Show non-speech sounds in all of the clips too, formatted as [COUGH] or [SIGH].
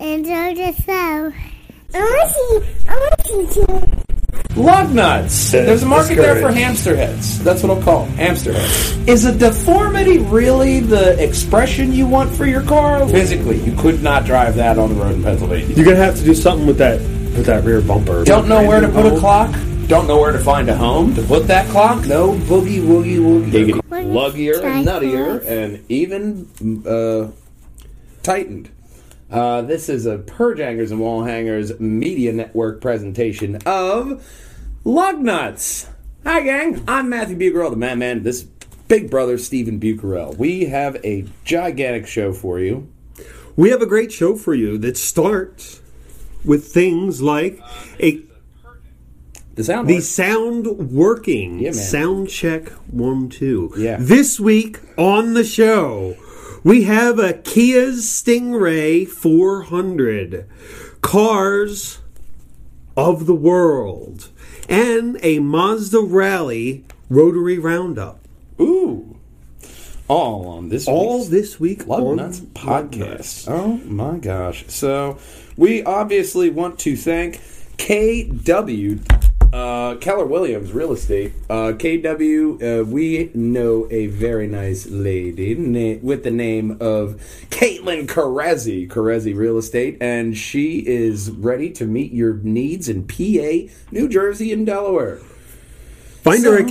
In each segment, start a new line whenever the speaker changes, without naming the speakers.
and Georgia so. I want to see. I want to see you.
Lug nuts. There's a market there for
discouraged.
hamster heads. That's what I'll call them, hamster heads. Is a deformity really the expression you want for your car? Physically, you could not drive that on the road in Pennsylvania.
You're gonna have to do something with that with that rear bumper.
Don't know where to put a clock. Don't know where to find a home to put that clock. No boogie woogie woogie.
Giggity.
Luggier and nuttier and even uh, tightened. Uh, this is a Purge Hangers and Wall Hangers Media Network presentation of Lug Nuts. Hi, gang. I'm Matthew Bucarell, the Madman. This is Big Brother Stephen Bucarell. We have a gigantic show for you.
We have a great show for you that starts with things like a
The sound.
the sound working
Yeah, man.
sound check one two.
Yeah.
This week on the show, we have a Kia's Stingray 400, Cars of the World, and a Mazda Rally Rotary Roundup.
Ooh. All on this.
All
week's
this week
Love
on
Nuts
Love
podcast.
Nuts.
Oh my gosh. So we obviously want to thank KW uh, Keller Williams Real Estate. Uh, KW, uh, we know a very nice lady na- with the name of Caitlin Carezzi, Carezzi Real Estate, and she is ready to meet your needs in PA, New Jersey, and Delaware.
Find her at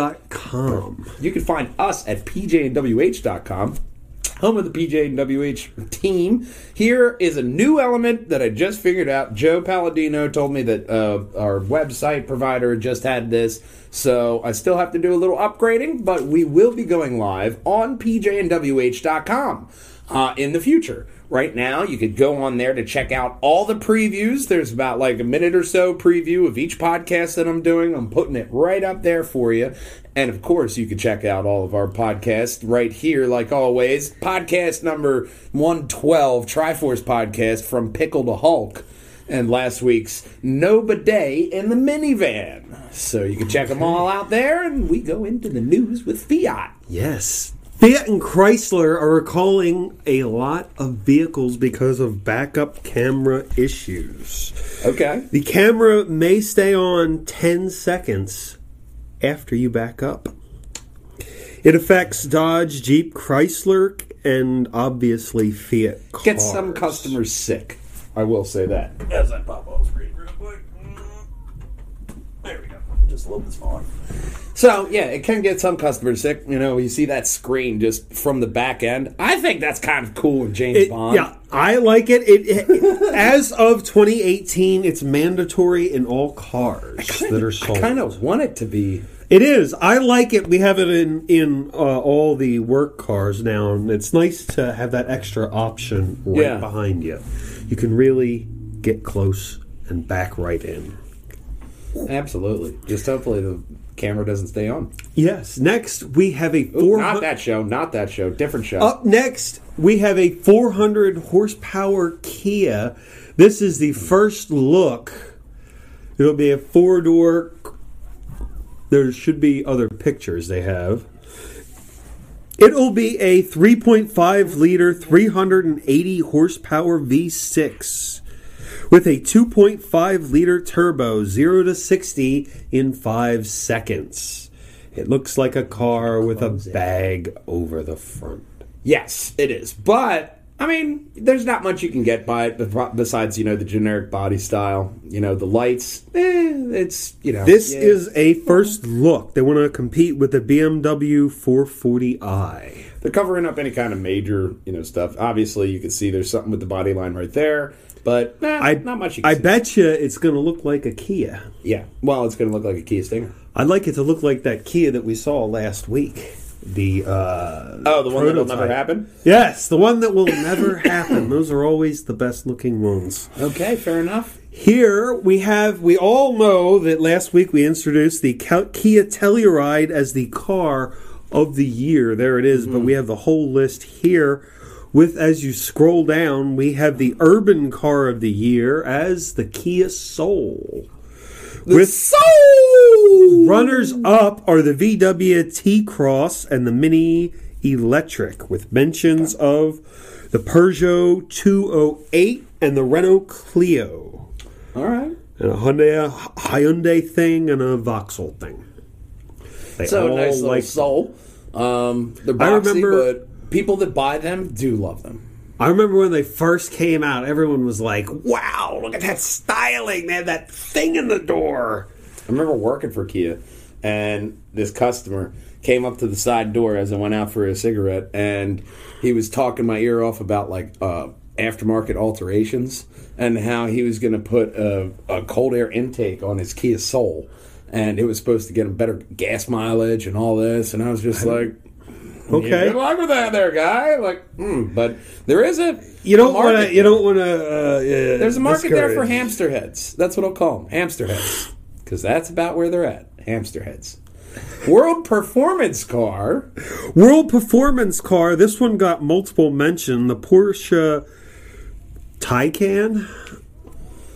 kw.com.
You can find us at pjnwh.com, home of the PJNWH team. Here is a new element that I just figured out. Joe Palladino told me that uh, our website provider just had this, so I still have to do a little upgrading, but we will be going live on pjnwh.com uh, in the future. Right now, you could go on there to check out all the previews. There's about like a minute or so preview of each podcast that I'm doing. I'm putting it right up there for you. And of course, you could check out all of our podcasts right here, like always. Podcast number 112, Triforce Podcast from Pickle to Hulk, and last week's No Bidet in the Minivan. So you can check them all out there, and we go into the news with Fiat.
Yes. Fiat and Chrysler are recalling a lot of vehicles because of backup camera issues.
Okay.
The camera may stay on 10 seconds after you back up. It affects Dodge, Jeep, Chrysler, and obviously Fiat cars.
Get some customers sick. I will say that.
As I pop off screen real quick. Mm. There we go. Just love this font.
So yeah, it can get some customers sick. You know, you see that screen just from the back end. I think that's kind of cool in James
It-
Bond.
Yeah, I like it. It,
[LAUGHS]
it- as of 2018, it's mandatory in all cars that are sold.
Kind of want it to be.
It is. I like it. We have it in in uh, all the work cars now, and it's nice to have that extra option right
Yeah.
behind you. You can really get close and back right in.
Absolutely. Just hopefully the camera doesn't stay on.
Yes. Next, we have a
Ooh,
four.
not that show. Not that show. Different show.
Up next, we have a 400 horsepower Kia. This is the first look. It'll be a four door. There should be other pictures they have. It'll be a 3.5 liter, 380 horsepower V6 with a 2.5 liter turbo, 0 to 60 in 5 seconds. It looks like a car with a bag over the front.
Yes, it is. But I mean, there's not much you can get by it be- besides you know the generic body style. You know the lights. Eh, it's you know
This
yeah.
is a first look. They want to compete with the BMW 440i.
they're covering up any kind of major you know stuff. Obviously, you can see there's something with the body line right there, but eh,
I
not much. You can
I
see.
bet you it's going to look like a Kia.
Yeah. Well, it's going to look like a Kia Stinger.
I'd like it to look like that Kia that we saw last week. The uh,
Oh, the one that'll
prototype.
never happen?
Yes, the one that will never happen. Those are always the best looking ones.
Okay, fair enough.
Here we have, we all know that last week we introduced the Cal- Kia Telluride as the car of the year. There it is, but we have the whole list here. With as you scroll down, we have the urban car of the year as the Kia Soul. With Soul! Runners up are the VW T Cross and the Mini Electric, with mentions of the Peugeot 208 and the Renault Clio,
All right.
and a Hyundai, a Hyundai thing, and a Vauxhall thing. They
So
all
nice little
like-
soul. Um, they're boxy,
I remember-
but people that buy them do love them.
I remember when they first came out, everyone was like, "Wow, look at that styling! They have that thing in the door."
I remember working for Kia, and this customer came up to the side door as I went out for a cigarette, and he was talking my ear off about like uh, aftermarket alterations and how he was going to put a, a cold air intake on his Kia Soul, and it was supposed to get him better gas mileage and all this, and I was just like.
Okay.
Good luck with that, there, guy. Like, mm, but there is a a
You don't
market
want to. You don't want to. Uh,
There's a market there for hamster heads. That's what I'll call them, hamster heads, because that's about where they're at. Hamster heads. World Performance Car.
World performance car. This one got multiple mention. The Porsche Taycan.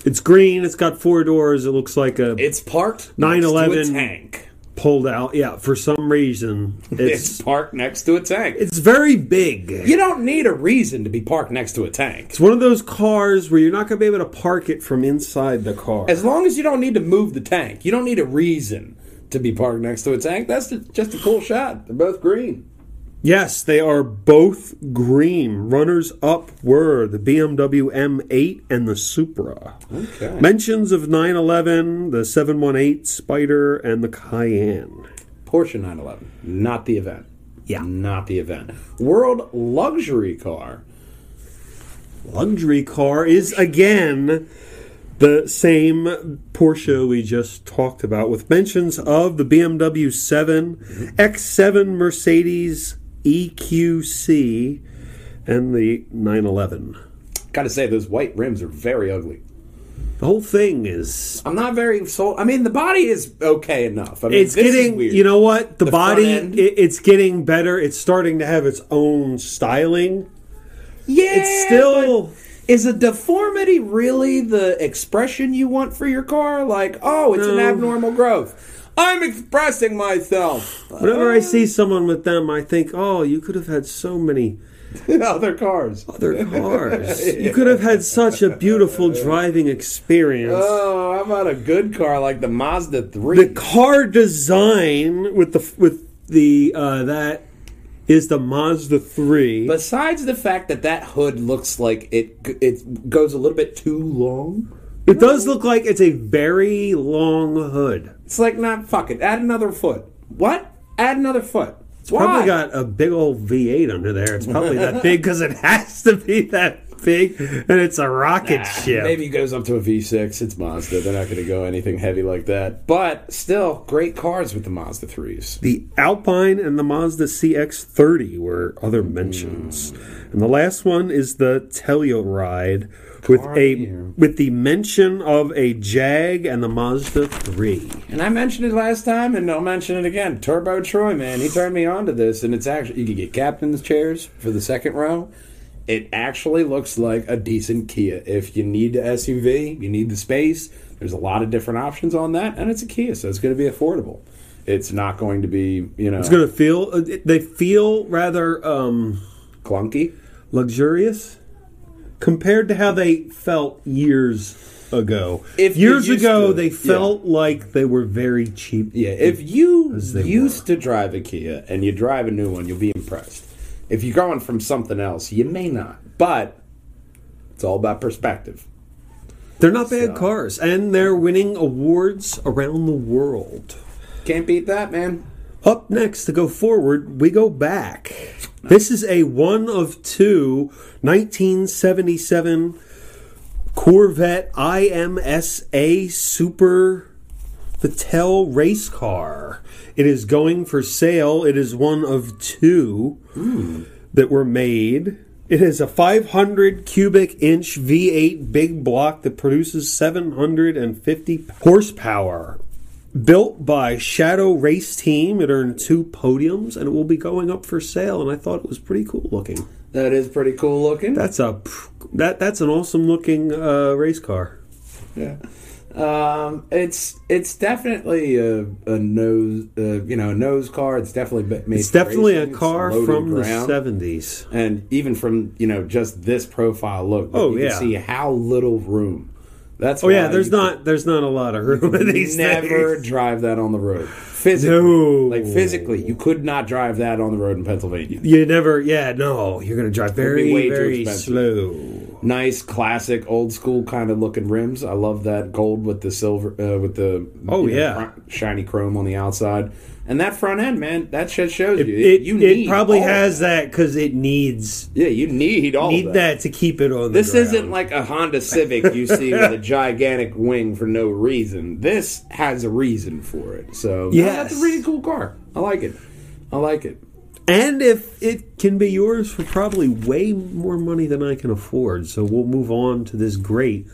It's green. It's got four doors. It looks like a
It's parked next to
911.
a tank.
pulled out. Yeah, for some reason,
[LAUGHS] It's,
it's
parked next to a tank.
it's very big.
you don't need a reason to be parked next to a tank.
It's one of those cars where you're not going to be able to park it from inside the car.
As long as you don't need to move the tank, you don't need a reason to be parked next to a tank. That's just a cool shot. They're both green.
Yes, they are both green. Runners up were the BMW M8 and the Supra.
Okay.
Mentions of 911, the 718 Spider, and the Cayenne.
Porsche 911, not the event.
Yeah.
Not the event. World luxury car.
Luxury car is again the same Porsche we just talked about, with mentions of the BMW 7,
Mm-hmm.
X7 Mercedes EQC, and the 911.
Gotta say, those white rims are very ugly.
The whole thing is
I'm not very sold. I mean, the body is okay enough. I mean,
it's
this is
getting
weird.
you know what the,
The front
body
end.
it, it's getting better it's starting to have its own styling
yeah,
it's still
but Is a deformity really the expression you want for your car? Like, oh, it's an
No.
abnormal growth. I'm expressing [LAUGHS] myself.
whenever
oh.
i see someone with them i think oh you could have had so many
Other cars. [LAUGHS]
other cars you could have had such a beautiful driving experience
Oh, how about a good car like the Mazda 3?
the car design with the with the uh, that is the mazda 3
Besides the fact that that hood looks like it it goes a little bit too long,
it does look like it's a very long hood
it's like not fuck it. Add another foot. What? Add another foot. Why?
Probably got a big old V8 under there. It's probably that big because it has to be that big, and it's a rocket ship.
Maybe it goes up to a V6. It's Mazda. They're not going to go anything heavy like that. But still, great cars with the Mazda 3s.
The Alpine and the Mazda CX-30 were other mentions, and the last one is the Telluride with
Car
a
here.
with the mention of a Jag and the Mazda 3.
And I mentioned it last time, and I'll mention it again. Turbo Troy, man, he turned me on to this, and it's actually you can get captain's chairs for the second row. It actually looks like a decent Kia. If you need the SUV, you need the space. There's a lot of different options on that, and it's a Kia, so it's going to be affordable. It's not going to be you know
It's gonna feel uh, they feel rather um,
clunky.
luxurious compared to how they felt years ago.
If you're
years
used
ago,
to it,
they
yeah.
felt like they were very cheap.
Yeah, if you
they
used to drive a Kia and you drive a new one, you'll be impressed. If you're going from something else, you may not. But it's all about perspective.
they're not bad
So-
cars, and they're winning awards around the world.
Can't beat that, man.
Up next to go forward, we go back. This is a one of two 1977 Corvette IMSA Super Patel race car. It is going for sale. It is one of two that were made. It is a 500 cubic inch V8 big block that produces 750 horsepower. Built by Shadow Race Team, it earned two podiums and it will be going up for sale. And I thought it was pretty cool looking.
That is pretty cool looking.
That's a pr- that that's an awesome looking uh, race car.
yeah. Um, it's it's definitely a, a nose, uh, you know, a nose car. It's definitely ba- made.
It's definitely a
racing. It's
car
loaded
from the
ground.
70s.
and even from you know just this profile look,
Oh,
you
yeah.
can see how little room. That's
Oh yeah,
why
there's
you
not there's not a lot of room in
could
these
never
things.
drive that on the road physically.
No.
Like physically, you could not drive that on the road in Pennsylvania.
You never, yeah, no. You're gonna drive
be way
very
too
very
expensive.
slow.
Nice, classic, old school kind of looking rims. I love that gold with the silver, uh, with the
Oh,
you know,
yeah.
cr- shiny chrome on the outside, and that front end, man, that shit shows you.
It
you
it
need
probably
all of
has that because it needs
Yeah, you need all
need
of that.
that to keep it on.
This
the
isn't like a Honda Civic you see with a gigantic wing for no reason. This has a reason for it. So yeah, that's
Yes.
a really cool car. I like it. I like it.
and if it can be yours for probably way more money than I can afford, so we'll move on to this great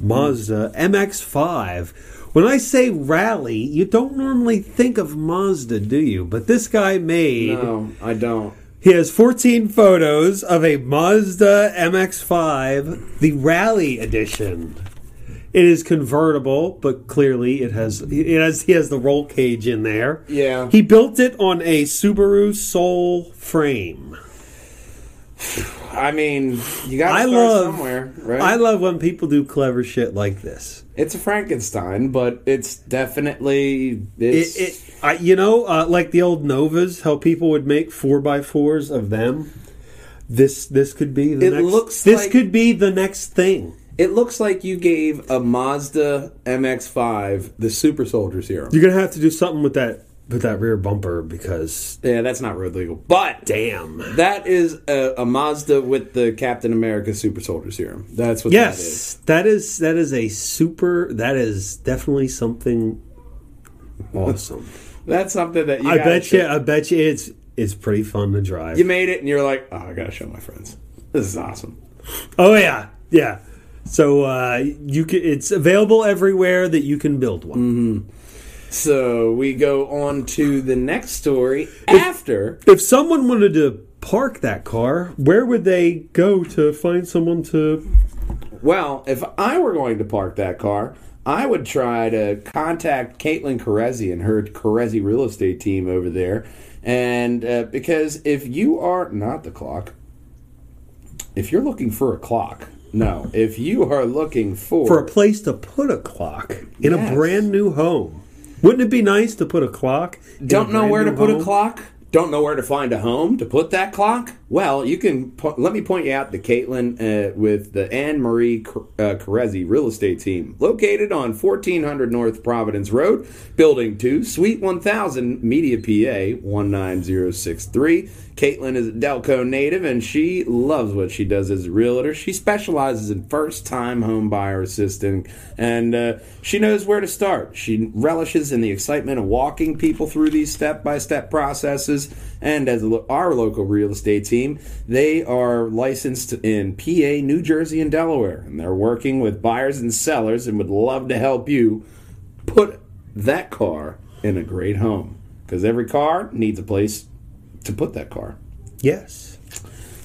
Mazda MX-5. When I say rally, you don't normally think of Mazda, do you? But this guy made
No, I don't.
He has 14 photos of a Mazda MX-5, the Rally Edition. It is convertible, but clearly it has it has he has the roll cage in there.
Yeah.
He built it on a Subaru Soul frame.
I mean, you got to
I
start
love
somewhere, right?
I love when people do clever shit like this.
it's a Frankenstein, but it's definitely
It,
it's
it I, you know, uh, like the old Novas, how people would make four by fours of them. This this could be the
It
next.
looks
this
like-
could be the next thing.
it looks like you gave a Mazda MX-5 the Super Soldier Serum.
You're gonna have to do something with that with that rear bumper because
Yeah, that's not road legal, but
damn.
That is a, a Mazda with the Captain America Super Soldier Serum. That's what that is.
Yes, that is that is a super. That is definitely something awesome.
That's something that you
I
gotta
bet
show-
you. I bet you. It's it's pretty fun to drive.
You made it and you're like, oh, I gotta show my friends. This is awesome.
oh yeah, yeah. So uh, you can. It's available everywhere that you can build
Mm-hmm.
one.
So we go on to the next story after.
If someone wanted to park that car, where would they go to find someone to?
Well, if I were going to park that car, I would try to contact Caitlin Carezzi and her Carezzi real estate team over there. And uh, because if you are not the clock, if you're looking for a clock, no, if you are looking for,
for a place to put a clock in
Yes.
a brand new home. Wouldn't it be nice to put a clock? in
don't
a
know
brand
where to
new
put
home?
a clock don't know where to find a home to put that clock well you can po- let me point you out to caitlin uh, with the anne marie Car- uh, carezzi real estate team located on 1400 north providence road building 2 suite 1000 media pa 19063 caitlin is a delco native and she loves what she does as a realtor she specializes in first time home buyer assisting and uh, she knows where to start she relishes in the excitement of walking people through these step by step processes. And as lo- our local real estate team, they are licensed in PA, New Jersey, and Delaware. And they're working with buyers and sellers and would love to help you put that car in a great home. Because every car needs a place to put that car.
Yes.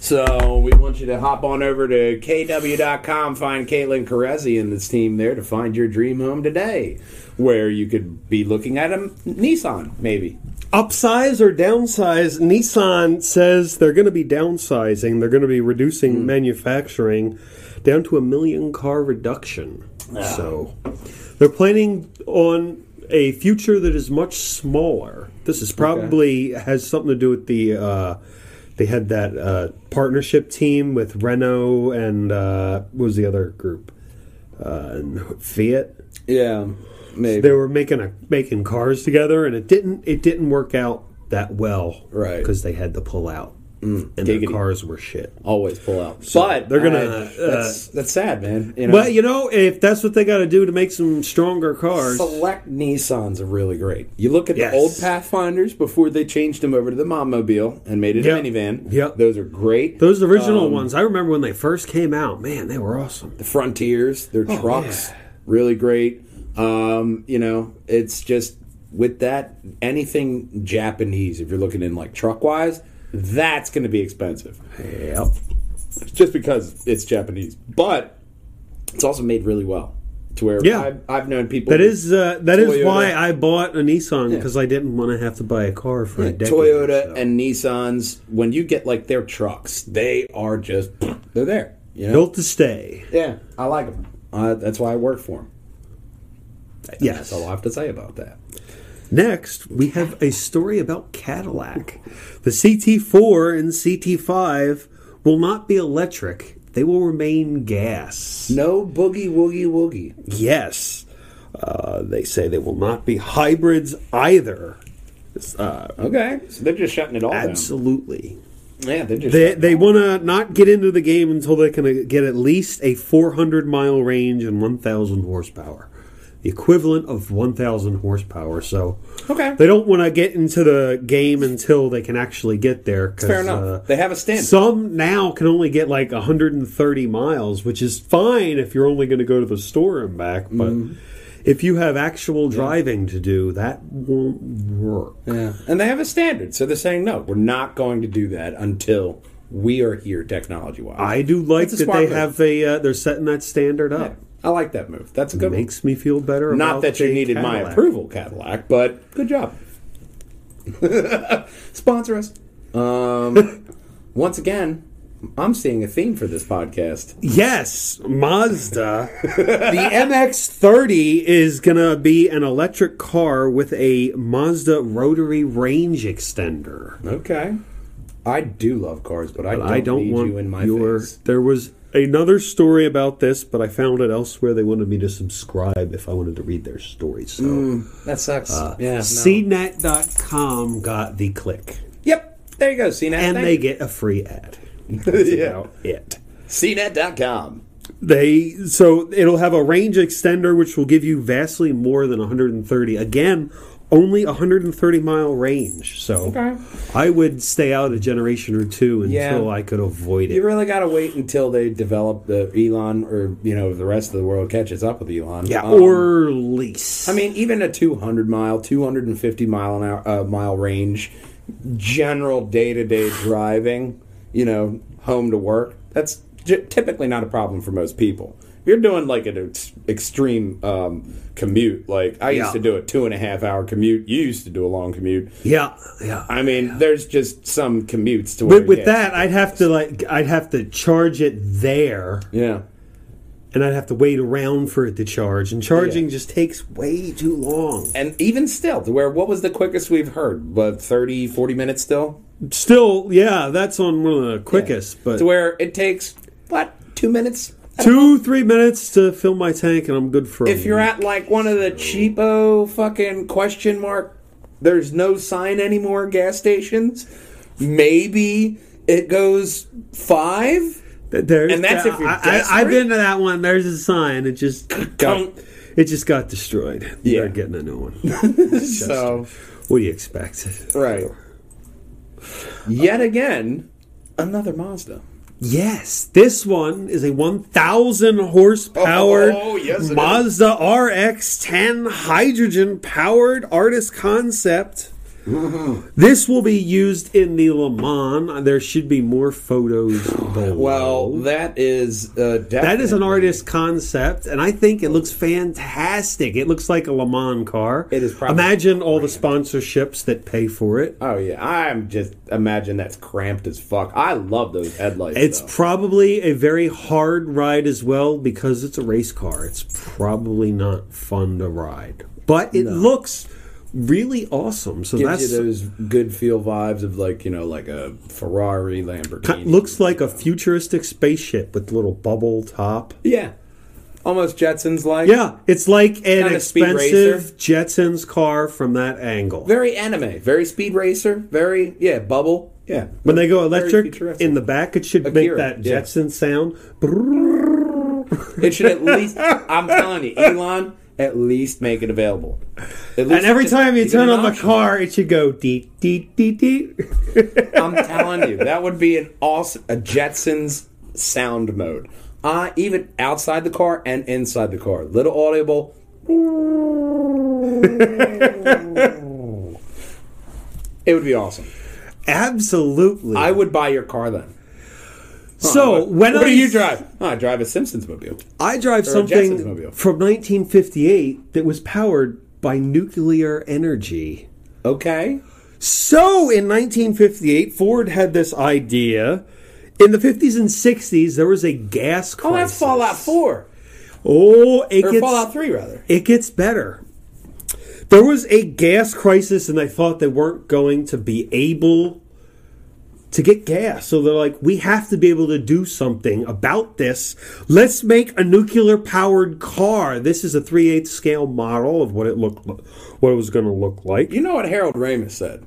So we want you to hop on over to KW.com, find Caitlin Carezzi and this team there to find your dream home today, where you could be looking at a Nissan, maybe.
Upsize or downsize? Nissan says they're going to be downsizing. They're going to be reducing manufacturing down to a million car reduction. So they're planning on a future that is much smaller. This is probably has something to do with the. Uh, they had that uh, partnership team with Renault and uh, what was the other group? Uh, Fiat
Yeah, maybe.
they were making a making cars together, and it didn't it didn't work out that well,
Right. Mm.
Because they had to pull out, and
Giggity.
their cars were shit.
Always pull out. but
they're gonna, uh,
I- that's, that's sad, man. You know,
Well, you know, if that's what they got to do to make some stronger cars,
Select Nissans are really great. You look at
Yes.
the old Pathfinders before they changed them over to the Mommobile and made it
Yep.
a minivan.
Yep.
Those are great.
those
um,
original ones, I remember when they first came out. Man, they were awesome.
the frontiers their
Oh,
trucks really great um, you know it's just with that anything japanese if you're looking in like truck wise that's going to be expensive
Yep.
just because it's japanese but it's also made really well to where
Yeah.
I've, I've known people
That is uh, that is
Toyota.
why I bought a Nissan
Yeah.
because I didn't want to have to buy a car for a decade. or
Toyota
so.
and Nissans. When you get like their trucks, they are just [CLEARS THROAT] they're there. You know,
built to stay.
yeah, I like them. Uh, that's why I work for them.
Yes.
That's all I have to say about that.
Next, we have a story about Cadillac. The CT4 and CT5 will not be electric. They will remain gas.
No boogie woogie woogie.
Yes. Uh, they say they will not be hybrids either. Uh,
Okay, so they're just shutting it all
absolutely.
down. Yeah, they're just
They,
shutting it
they
all
want to not get into the game until they can uh, get at least a 400 mile range and 1,000 horsepower. The equivalent of 1,000 horsepower. So
Okay.
they don't want to get into the game until they can actually get there. 'cause,
Fair enough.
uh,
they have a standard.
some now can only get like 130 miles, which is fine if you're only going to go to the store and back. But
Mm-hmm.
if you have actual driving to do, that won't work.
yeah. And they have a standard. So they're saying, no, we're not going to do that until we are here technology wise.
I do like
That's a
that
smart
they
move.
have a. Uh, they're setting that standard up.
I like that move. That's a good one.
Makes me feel better.
Not
about
that you
the
needed my
Cadillac.
approval, Cadillac, but good
[LAUGHS]
job. Sponsor us.
[LAUGHS]
Um, once again, I'm seeing a theme for this podcast.
Yes, Mazda. the MX-30 is gonna be an electric car with a Mazda rotary range extender.
Okay. I do love cars, but I don't,
I don't
need
want
you in my
your.
face.
There was another story about this, but I found it elsewhere. They wanted me to subscribe if I wanted to read their story. So uh,
That sucks. yeah. no.
CNET.com got the click,
Yep. There you go. CNET. Thank
and they
you.
get a free ad. [LAUGHS]
yeah.
About it.
CNET.com.
They so it'll have a range extender which will give you vastly more than 130. Again, only 130 mile range. So
Okay.
I would stay out a generation or two
Yeah.
until I could avoid it.
You really got to wait until they develop the Elon or, you know, the rest of the world catches up with Elon.
yeah,
Um,
or lease.
I mean, even a 200 mile, 250 mile an hour, uh, mile range, general day to day driving, you know, home to work, that's j- typically not a problem for most people. If you're doing like an ex- extreme um, commute, like I used
Yeah.
to do a two and a half hour commute, you used to do a long commute.
yeah, yeah.
I mean, there's just some commutes to where.
But with
yeah,
that, I'd have to like I'd have to charge it there,
Yeah.
and I'd have to wait around for it to charge. And charging
Yeah.
just takes way too long.
And even still, to where what was the quickest we've heard? But 30, 40 minutes still?
Still, yeah, that's on one of the quickest. But
To where it takes, what, two minutes?
two three minutes to fill my tank and i'm good for
If you're at like one of the cheapo fucking question mark, there's no sign anymore gas stations, maybe it goes five?
there's
and that's if you're
I, I,
desperate?
i've been to that one there's a sign
[COUGHS]
it just got,
Dunk.
it just got destroyed
Yeah.
they're getting a new
[LAUGHS]
one
So,
what do you expect
right. Yet again, another Mazda.
yes this one is a 1000 horsepower
Oh, yes, it is.
mazda rx10 hydrogen powered artist
[LAUGHS]
concept This will be used in the Le Mans. There should be more photos. Below.
Well, that is uh, definitely.
That is an artist concept, and I think it looks fantastic. It looks like a Le Mans car.
It is probably-
Imagine all the sponsorships that pay for it.
Oh yeah, I'm just imagine that's cramped as fuck. I love those headlights.
It's
though.
probably a very hard ride as well because it's a race car. It's probably not fun to ride, but it looks really awesome. So
gives
that's
you those good feel vibes of like you know like a Ferrari, Lamborghini.
looks like a futuristic spaceship with little bubble top.
yeah, almost Jetsons like.
Yeah, it's like an
Kinda speed
expensive Jetsons car from that angle.
very anime, very speed racer, very yeah bubble. Yeah,
When they go
Very
electric
futuristic.
in the back, it should make
Akira,
that
yeah.
Jetson sound. Brrrr.
it
[LAUGHS]
should at least. I'm telling you, Elon, at least make it available. At least
And every
just
time you
give it
turn
an
on the
option.
car, it should go deet deet deet deet.
I'm telling you, that would be an awesome a Jetsons sound mode. Uh, even outside the car and inside the car, little audible. it would be awesome.
Absolutely.
I would buy your car then.
So when
Uh, what
I,
do you drive? Oh, I drive a Simpsons mobile.
I drive something
Jackson's mobile.
from 1958 that was powered by nuclear energy.
Okay.
So in 1958, Ford had this idea. In the 50s and 60s, there was a gas
Oh,
crisis.
that's Fallout Four
Oh, it
or
gets
Fallout Three rather.
it gets better. There was a gas crisis, and they thought they weren't going to be able to get gas. So they're like, we have to be able to do something about this. Let's make a nuclear powered car. This is a 3 8 scale model of what it looked, what it was going to look like.
You know what Harold Ramis said?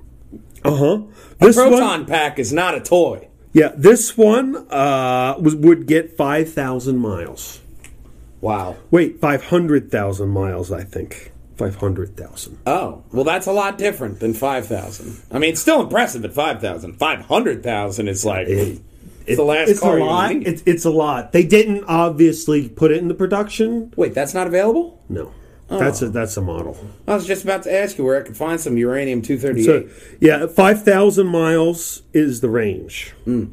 Uh huh. This
Proton
one,
pack is not a toy.
yeah, this one uh, was would get five thousand miles.
Wow.
Wait, five hundred thousand miles, I think. Five hundred thousand.
Oh, well, that's a lot different than 5,000. I mean, it's still impressive at 5,000. 500,000 is like, it's the last
it's a
car you
lot.
need.
It's, it's a lot. They didn't obviously put it into production.
Wait, that's not available?
No, that's
Oh.
a that's a model.
I was just about to ask you where I could find some uranium
So
238.
yeah, five thousand miles is the range.
Hmm.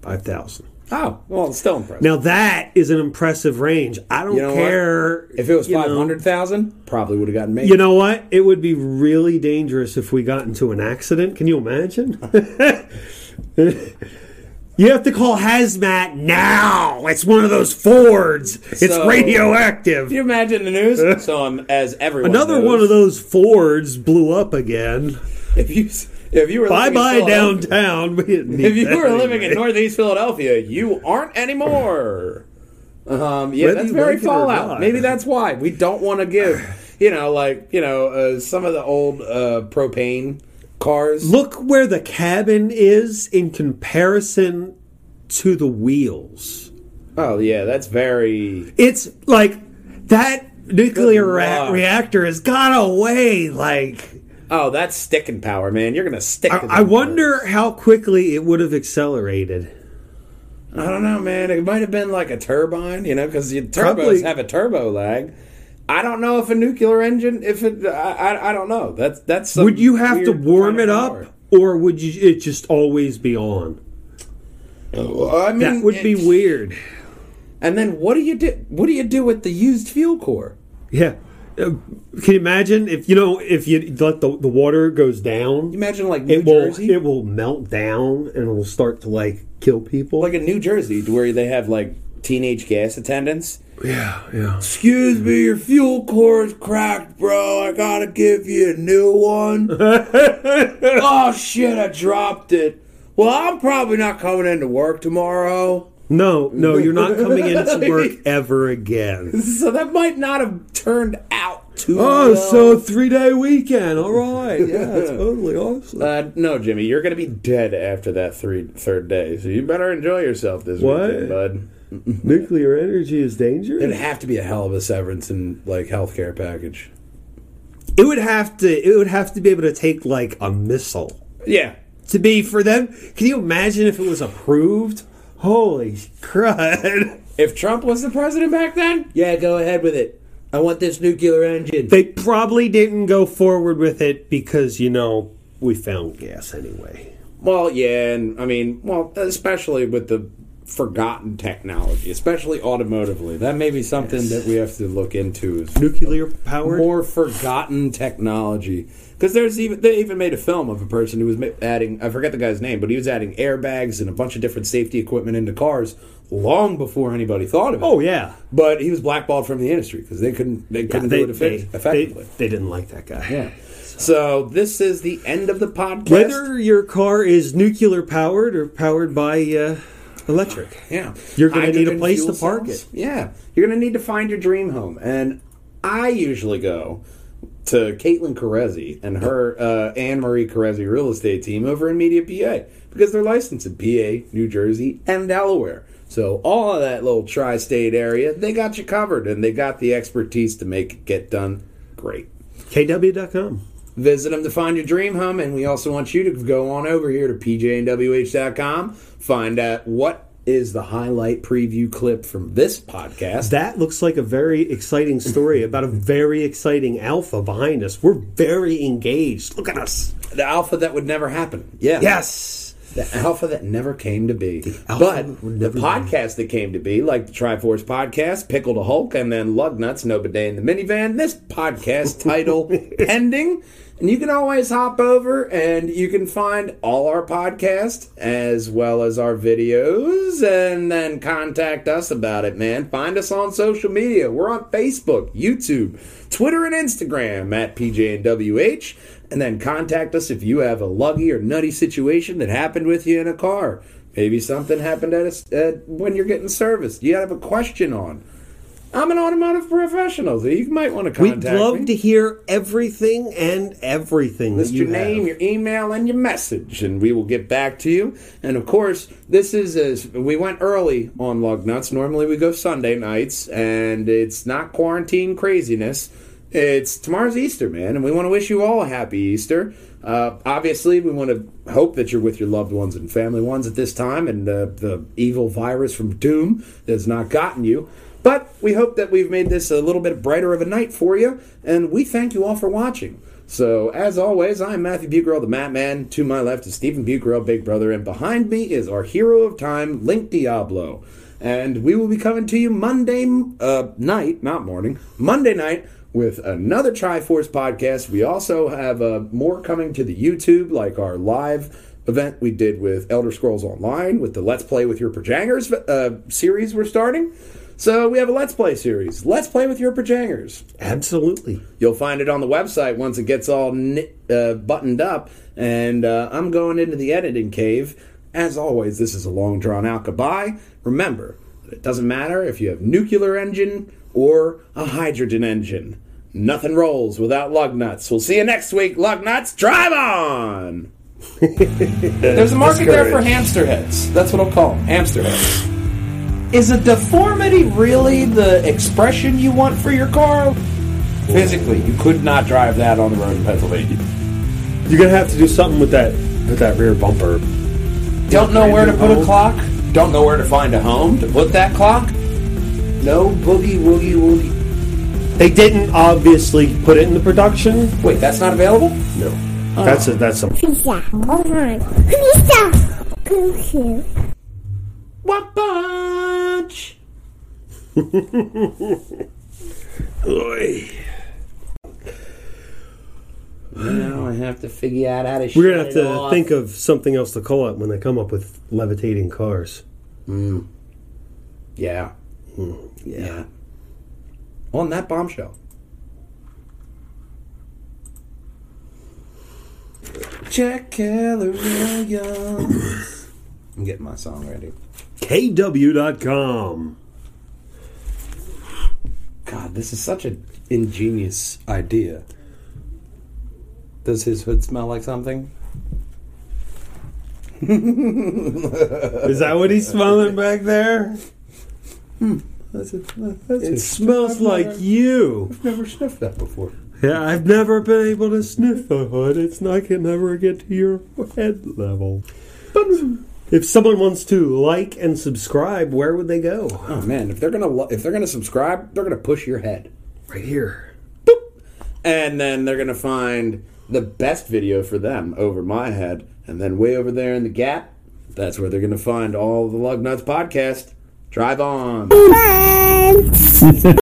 Five thousand.
oh, well, it's still impressive.
Now that is an impressive range. I don't
You know what?
care
if it was
you know.
500,000, probably would have gotten made.
You know what? It would be really dangerous if we got into an accident. Can you imagine? [LAUGHS] you have to call hazmat now. It's one of those Fords. It's
So-
radioactive.
Can you imagine the
[LAUGHS]
news? so, um, as everyone
Another
knows,
one of those Fords blew up again.
If you, if you were
Bye
living in
bye
Philadelphia-
downtown. We didn't need
If you
that
were living in
anyway.
Northeast Philadelphia, you aren't anymore. Um, yeah,
Whether
that's
you
very
like it or
Fallout.
not.
Maybe that's why we don't want to give, you know, like you know, uh, some of the old uh, propane cars.
Look where the cabin is in comparison to the wheels.
Oh yeah, that's very.
It's like that nuclear
Good
rea-
lord.
reactor has got away. Like,
Oh, that's sticking power, man. You're gonna stick.
I,
to
I
them
wonder how quickly it would have accelerated.
I don't know, man. It might have been like a turbine, you know, because turbos
Probably.
have a turbo lag. I don't know if a nuclear engine. If it, I, I, I don't know. That's that's. some
Would you have to
weird
warm
kind
it
of
up,
power.
or would you, it just always be on?
I mean,
That would be
it-
weird.
And then what do you do? What do you do with the used fuel core?
Yeah. Uh, Can you imagine if you know if you let the, the water goes down,
Imagine like New
it will
Jersey,
it will melt down and it will start to like kill people.
like in New Jersey, where they have like teenage gas attendants.
yeah, yeah.
Excuse me, your fuel core is cracked, bro. I gotta give you a new [LAUGHS] one. oh shit, I dropped it. Well, I'm probably not coming into work tomorrow.
No, no, you're not [LAUGHS] coming into work ever again.
So that might not have turned out too
Oh,
well.
so three day weekend. All right, [LAUGHS] yeah, totally awesome.
Uh, no, Jimmy, you're gonna be dead after that three third day. So you better enjoy yourself this
What?
weekend, bud.
Nuclear energy is
It'd
dangerous.
have to be a hell of a severance and like healthcare package.
It would have to. It would have to be able to take like a missile
Yeah.
to be for them. Can you imagine if it was approved? Holy crud! [LAUGHS]
If Trump was the president back then, yeah, go ahead with it. I want this nuclear engine.
They probably didn't go forward with it because you know we found gas anyway.
Well, yeah, and I mean, well, especially with the forgotten technology, especially automotively, that may be something that we have to look into. Is
Nuclear powered.
more forgotten technology because there's even they even made a film of a person who was ma- adding I forget the guy's name, but he was adding airbags and a bunch of different safety equipment into cars long before anybody thought of it.
Oh yeah.
But he was blackballed from the industry because they couldn't they couldn't
they,
do it
they,
effe-
they,
effectively.
they didn't like that guy.
yeah. So this is the end of the podcast.
Whether your car is nuclear powered or powered by uh, electric.
yeah,
You're gonna need a
Hydrogen
place
fuel
to park
cells.
it.
Yeah, you're gonna need to find your dream home, and I usually go to Caitlin Carezzi and her uh, Anne Marie Carezzi real estate team over in Media, PA, because they're licensed in PA, New Jersey, and Delaware. So all of that little tri-state area, they got you covered, and they got the expertise to make it get done great.
KW.com.
Visit them to find your dream home, and we also want you to go on over here to pjnwh.com, find out what is the highlight preview clip from this podcast.
That looks like a very exciting story about a very exciting alpha behind us. We're very engaged. Look at us.
the alpha that would never happen. Yeah.
Yes.
The alpha that never came to be.
alpha
but
that
the
never-
podcast that came to be, like the Triforce podcast, Pickle to Hulk, and then Lug Nuts, No Bidet in the Minivan, this podcast title pending. And you can always hop over and you can find all our podcasts as well as our videos and then contact us about it, man. Find us on social media. We're on Facebook, YouTube, Twitter, and Instagram at PJNWH. And then contact us if you have a luggy or nutty situation that happened with you in a car. Maybe something happened at, a, at when you're getting serviced. You have a question on. I'm an automotive professional, so you might want to
We'd
contact
love
me.
to hear everything and everything.
List
that you
your name,
have.
your email, and your message, and we will get back to you. And of course, this is as we went early on Lug Nuts. Normally, we go Sunday nights, and it's not quarantine craziness. It's tomorrow's Easter, man, and we want to wish you all a happy Easter. Uh, obviously, we want to hope that you're with your loved ones and family ones at this time, and uh, the evil virus from Doom has not gotten you. But we hope that we've made this a little bit brighter of a night for you, and we thank you all for watching. So, as always, I'm Matthew Bucarell, the Mat Man. To my left is Stephen Bucarell, Big Brother, and behind me is our hero of time, Link Diablo. And we will be coming to you Monday uh, night, not morning, Monday night with another Triforce podcast. We also have uh, more coming to the YouTube, like our live event we did with Elder Scrolls Online with the Let's Play with Your Perjangers uh, series we're starting. So we have a Let's Play series. Let's Play with Your Perjangers.
Absolutely.
You'll find it on the website once it gets all knit, uh, buttoned up. And uh, I'm going into the editing cave. As always, this is a long drawn out goodbye. Remember, that it doesn't matter if you have nuclear engine or a hydrogen engine. Nothing rolls without lug nuts. We'll see you next week, lug nuts. Drive on. [LAUGHS] There's a market there for hamster heads. That's what I'll call them, hamster heads. Is a deformity really the expression you want for your car? Physically, you could not drive that on the road in Pennsylvania.
You're gonna have to do something with that with that rear bumper.
Don't know where to put a
home.
clock. Don't know where to find a home to put that clock. No boogie woogie woogie.
They didn't obviously put it in the production.
Wait, that's not available?
No, that's a, that's a
Pizza. Oh Pizza. Cuckoo.
What bunch? Now I have to figure out how to.
We're gonna have to think of something else to call it when they come up with levitating cars.
Yeah. Yeah. On that bombshell. Jack Keller Williams. I'm getting my song ready.
KW.com.
God, this is such an ingenious idea. Does his hood smell like something?
Is that what he's smelling back there?
That's it.
It smells like you.
never sniffed that before.
Yeah, I've never been able to sniff a hood. It's not can never get to your head level. If someone wants to like and subscribe, where would they go?
Oh man, if they're gonna lo- if they're gonna subscribe, they're gonna push your head.
Right here.
and then they're gonna find the best video for them over my head, and then way over there in the gap, that's where they're gonna find all the Lug Nuts podcast. Drive on.
Bye.